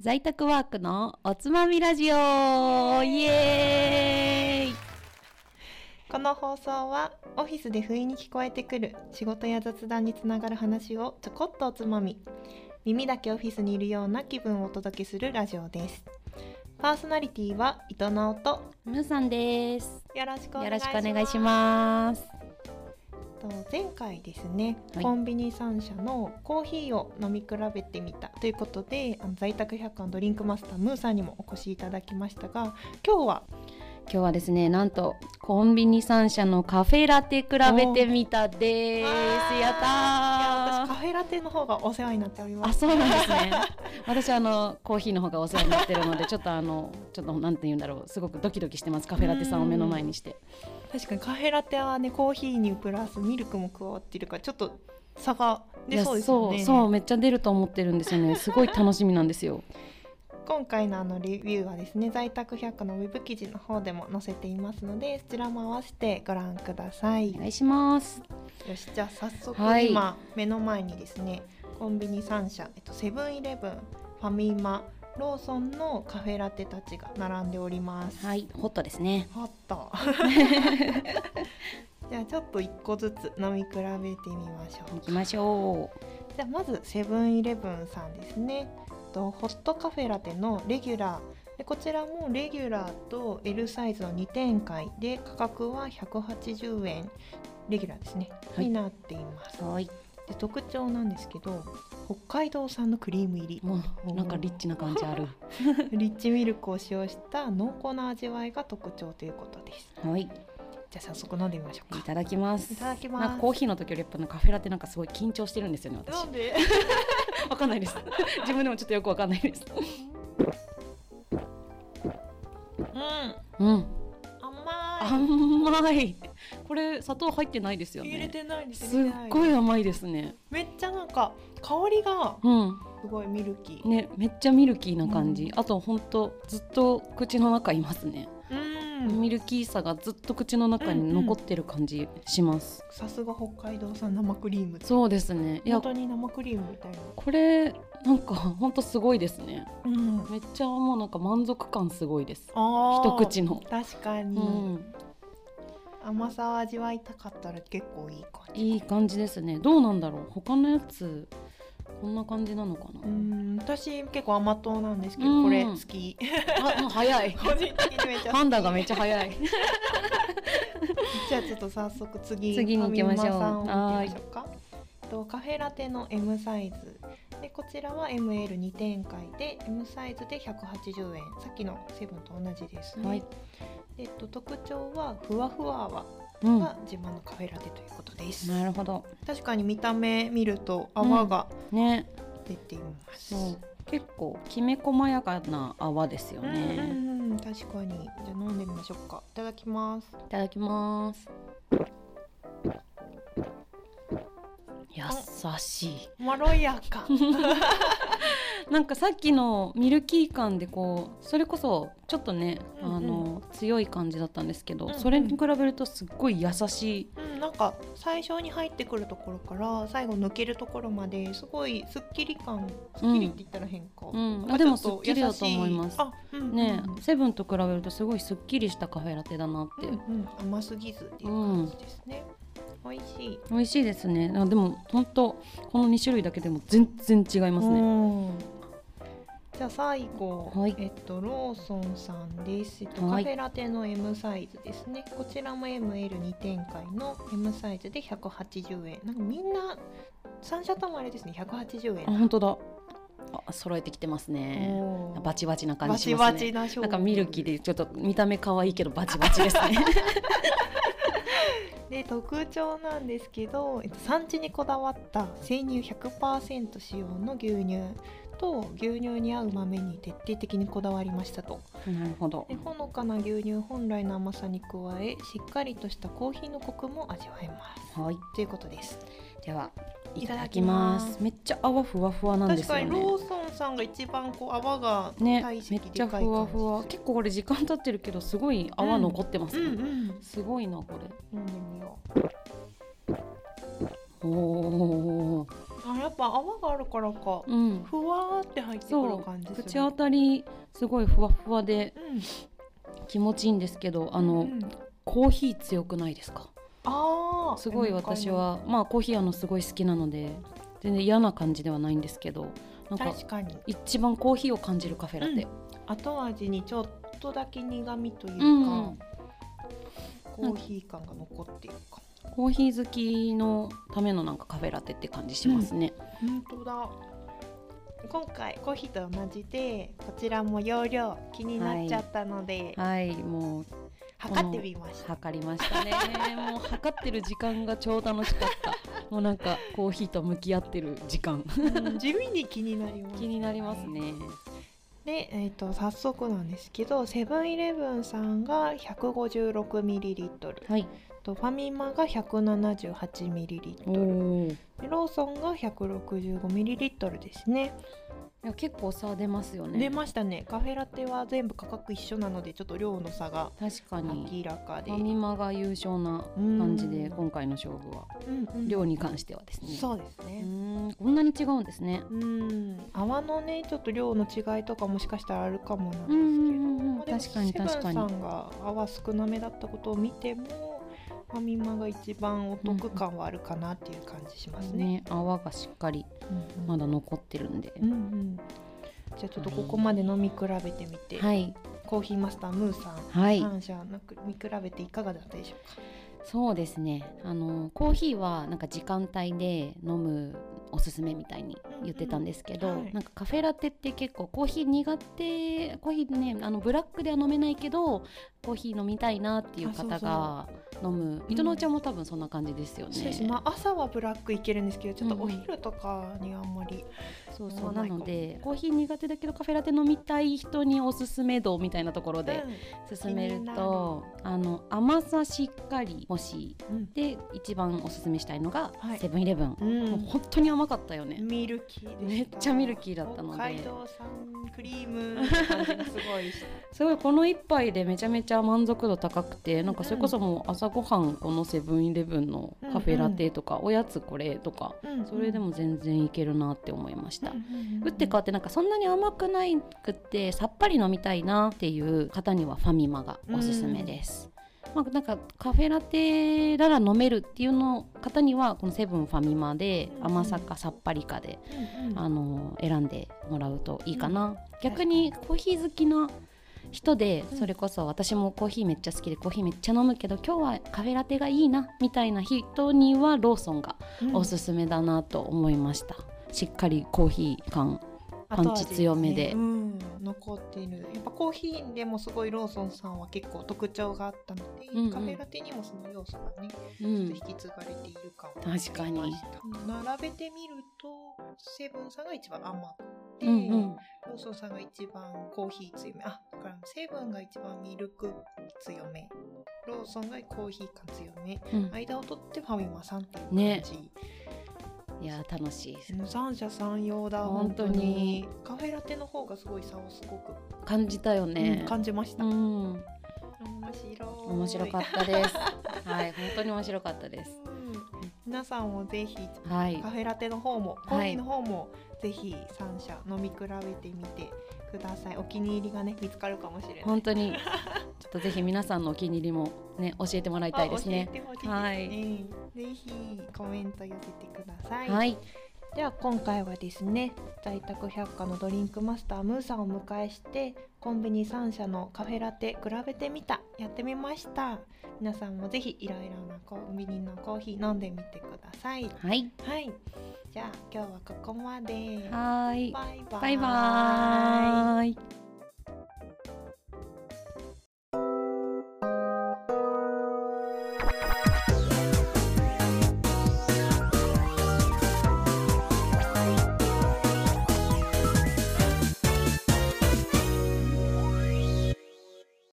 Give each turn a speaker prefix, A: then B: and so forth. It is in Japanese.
A: 在宅ワークのおつまみラジオイエーイ
B: この放送はオフィスで不意に聞こえてくる仕事や雑談につながる話をちょこっとおつまみ耳だけオフィスにいるような気分をお届けするラジオですパーソナリティは伊藤直人
A: むさんです
B: よろしくお
A: よ
B: 願
A: ろ
B: い
A: し
B: しま
A: く
B: す
A: お願いします
B: と前回ですね、
A: はい
B: コンビニ3社のコーヒーを飲み比べてみたということであの在宅百科のドリンクマスタームーさんにもお越しいただきましたが今日は
A: 今日はですねなんとコンビニ3社のカフェラテ比べてみたですやった
B: いや私
A: ー
B: カフェラテの方がお世話になっておりま
A: あ
B: す
A: そうなんですね 私あのコーヒーの方がお世話になってるのでちょっとあのちょっとなんて言うんだろうすごくドキドキしてますカフェラテさんを目の前にして
B: 確かにカフェラテはねコーヒーにプラスミルクも加わってるからちょっと差が
A: い
B: 出
A: や
B: そうですよね
A: そうそうめっちゃ出ると思ってるんですよねすごい楽しみなんですよ
B: 今回のあのレビューはですね在宅百科のウェブ記事の方でも載せていますのでそちらも合わせてご覧ください
A: お願いします
B: よしじゃあ早速、
A: はい
B: 今目の前にですねコンビニ3社、えっと、セブンイレブンファミマローソンのカフェラテたちが並んでおります。
A: はいホットですね
B: あった。 じゃあちょっと一個ずつ飲み比べてみましょう
A: 行。きましょ
B: じゃあまずセブンイレブンさんですね。とホットカフェラテのレギュラーでこちらもレギュラーと L サイズの2展開で価格は180円レギュラーですね、
A: はい
B: になっています
A: う。はい。
B: で特徴なんですけど北海道産のクリーム入り
A: もうなんかリッチな感じある。
B: リッチミルクを使用した濃厚な味わいが特徴ということです
A: はい。
B: じゃあ早速飲んでみましょう
A: い
B: か
A: ただきます。
B: いただきます
A: なんかコーヒーの時よりやっぱなんかカフェラテなんかすごい緊張してるんですよね私
B: 飲。んで
A: わかんないです。 自分でもちょっとよくわかんないです。
B: うん
A: うん。
B: 甘
A: 甘い。これ砂糖入ってないです
B: い
A: よ
B: 入れ
A: ね。
B: てないです
A: すっご
B: い
A: い甘いですね。
B: めっちゃなんか香りが
A: うん。
B: すごいミルキー、
A: ねめっちゃミルキーな感じ。
B: うん
A: あと本当ずっと口の中いますね。
B: うん
A: ミルキーさがずっと口の中に残ってる感じします。
B: さすが北海道産生クリーム
A: そうですね。いや
B: 本当に生クリームみたいな
A: これなんか 本当すごいですね
B: うん
A: めっちゃもうなんか満足感すごいです
B: あー
A: 一口の、
B: 確かに、
A: うん、
B: 甘さを味わいたかったら結構いい感じ
A: いい感じですねどうなんだろう他のやつこんな感じなのかな、
B: うん私結構甘党なんですけ
A: う
B: ど
A: ん
B: これ好 き
A: あもう早 い
B: 個人的にめっちゃ好き
A: パンダがめっちゃ早 い
B: じゃあちょっと早速次
A: 次に行きましょう
B: ファミマさんを見てみましょうかえっとカフェラテの M サイズでこちらは ML2 展開で M サイズで180円さっきのセブンと同じですね、
A: はい
B: でえっと、特徴はふわふわ泡
A: うん
B: が自慢のカフェラテということです、
A: なるほど
B: 確かに見た目見ると泡が
A: ね
B: 出ています、
A: そう結構きめ細やかな泡ですよ
B: うんう
A: ね、
B: んうん、確かにじゃあ飲んでみましょうかいただきます
A: いただきます優しい
B: まろやか
A: なんかさっきのミルキー感でこうそれこそちょっとね、
B: うんうん
A: あの強い感じだったんですけど、
B: うんうん
A: それに比べるとすっごい優しい、
B: うん、なんか最初に入ってくるところから最後抜けるところまですごいすっきり感すっきりって言ったら変か、
A: うん
B: なんか
A: あでも
B: ちょと
A: すっきりだと思います
B: 優しあ、うんうん、
A: ねセブンと比べるとすごいすっきりしたカフェラテだなっ
B: う
A: て、
B: んうん、甘すぎずっていう感じですね、美味しい
A: 美味しいですねあでも本当この2種類だけでも全然違いますね、
B: うんじゃあ最後、
A: はい
B: えっとローソンさんです、えっと、カ
A: は
B: フ
A: い
B: ェラテの M サイズですねこちらも ML2 展開の M サイズで180円なんかみんな3社ともあれですね180円
A: あ本当だあ揃えてきてますね、
B: おー
A: バチバチな感
B: バ
A: じし
B: チ
A: ますね
B: バチな商品
A: なんかミルキーでちょっと見た目可愛いけどバチバチです ね
B: で特徴なんですけど、えっと、産地にこだわった生乳100%使用の牛乳と牛乳に合う豆に徹底的にこだわりましたと
A: なるほど
B: でほのかな牛乳本来の甘さに加えしっかりとしたコーヒーのコクも味わえます
A: はい
B: ということです
A: ではい
B: い
A: た
B: た
A: だ
B: だ
A: き
B: き
A: ま
B: ますす
A: めっちゃ泡ふわふわなんで
B: 確
A: すよ
B: か
A: ね
B: にローソンさんが一番こう泡が
A: ね
B: 体
A: め
B: 積
A: っ
B: で
A: ちゃ
B: かい感じ
A: ふわふわ結構これ時間経ってるけどすごい泡残ってます
B: うん
A: ね、
B: うん
A: すごいなこれ
B: 飲んでみよう
A: おー
B: あやっぱ泡があるからか、
A: うん、
B: ふわーって入ってく
A: そ
B: る
A: う
B: 感じする
A: 口当たりすごいふわっふわで
B: うん
A: 気持ちいいんですけどあ
B: う
A: の
B: ん
A: コーヒー強くないですか
B: あー
A: すごい私はまあコーヒーあのすごい好きなので全然嫌な感じではないんですけどなんか
B: 確かに
A: 一番コーヒーを感じるカフェラテ、
B: 後味にちょっとだけ苦味というか、
A: うん
B: コーヒー感が残っているか
A: コーヒー好きのためのなんかカフェラテって感じしますね、
B: 本当だ今回コーヒーと同じでこちらも容量気になっちゃったので、
A: はいもう
B: 測ってみました
A: 測りました ねもう測ってる時間が超楽しかったもうなんかコーヒーと向き合ってる時間
B: うん 地味に気になります
A: 気になりますね
B: で、えー、と早速なんですけどセブンイレブンさんが 156ml
A: はい
B: とファミマが 178ml
A: おーい
B: でローソンが 165ml ですね
A: や結構差出ますよね
B: 出ましたねカフェラテは全部価格一緒なのでちょっと量の差が
A: 確かに
B: 明らかで
A: ファミマが優勝な感じで今回の勝負は
B: うんうん
A: 量に関してはですね
B: そうです
A: う
B: ね、
A: ーんこんなに違うんですね
B: うん泡のねちょっと量の違いとかもしかしたらあるかもなんですけ
A: う
B: ど、
A: んうんうん
B: まあでも
A: 確かに確か
B: セ
A: に
B: ブンさんが泡少なめだったことを見てもファミマが一番お得感はあるかなっていう感じしますね。
A: ね泡がしっかり
B: うんうん
A: まだ残ってるんで、
B: うんうんじゃあちょっとここまで飲み比べてみて、
A: はい
B: コーヒーマスタームーさん、
A: はい
B: 感謝なく見比べていかがだったでしょうか。
A: そうですねあのコーヒーはなんか時間帯で飲むおすすめみたいに言ってたんですけど、
B: うんうんはい
A: なんかカフェラテって結構コーヒー苦手コーヒーねあのブラックでは飲めないけどコーヒー飲みたいなっていう方が飲む
B: うん
A: 伊藤のお茶も多分そんな感じですよ
B: そうで
A: ね
B: す。まあ朝はブラックいけるんですけどちょっと
A: うん
B: お昼とかにあんまり、
A: そう
B: 飲
A: そ
B: ま
A: う
B: な
A: ない
B: かも
A: のでコーヒー苦手だけどカフェラテ飲みたい人におすすめ度みたいなところで勧めると、あの甘さしっかり欲しい
B: うん
A: で一番おすすめしたいのが
B: はい
A: セブンイレブン。
B: うん
A: もう本当に甘かったよね。
B: ミルキーでした
A: めっちゃミルキーだったので
B: 北海道産クリームって感じがすご いした
A: すごいこの一杯でめちゃめちゃ満足度高くてなんかそれこそもう朝ごはんこのセブンイレブンのカフェラテとかおやつこれとかそれでも全然いけるなって思いました。打って変わってなんかそんなに甘くないくってさっぱり飲みたいなっていう方にはファミマがおすすめです。まあ、なんかカフェラテなら飲めるっていうの方にはこのセブンファミマで甘さかさっぱりかであの選んでもらうといいかな、逆にコーヒー好きな人で
B: うん
A: それこそ私もコーヒーめっちゃ好きでコーヒーめっちゃ飲むけど今日はカフェラテがいいなみたいな人にはローソンがおすすめだなと思いました、しっかりコーヒー感パンチ強めで
B: 後味ねうん残っているやっぱコーヒーでもすごいローソンさんは結構特徴があったので、
A: うんうん
B: カフェラテにもその要素がね、
A: う
B: ちょっと
A: ん
B: 引き継がれている感が
A: 確かに
B: ありました並べてみるとセブンさんが一番甘くて、
A: うんうん
B: ローソンさんが一番コーヒー強めあだからセブンが一番ミルク強めローソンがコーヒー感強め
A: うん
B: 間を取ってファミマさんっていう感じ、
A: ねいやー楽しいです
B: 三者三様だ本
A: 本
B: 当
A: 当
B: に
A: に
B: カフェラテの方がすごい差をすごく、
A: 感じたよ
B: う
A: ね
B: ん、感じました、
A: うん
B: 面白い
A: 面白かったですはい本当に面白かったです
B: うん皆さんもぜひ
A: はい
B: カフェラテの方もコー
A: は
B: ヒ
A: い
B: ーの方も、ぜひ三社飲み比べてみてくださいお気に入りがね見つかるかもしれない
A: 本当にちょっとぜひ皆さんのお気に入りもね教えてもらいたいですね
B: あ教えてほしいですね、
A: はい
B: ぜひコメント寄せてください、
A: はい
B: では今回はですね在宅百科のドリンクマスタームーさんをお迎えしてコンビニ3社のカフェラテ比べてみたやってみました皆さんもぜひいろいろなコンビニのコーヒー飲んでみてください
A: はい
B: はいじゃあ今日はここまで
A: はーい
B: バイバーイ
A: バイバーイ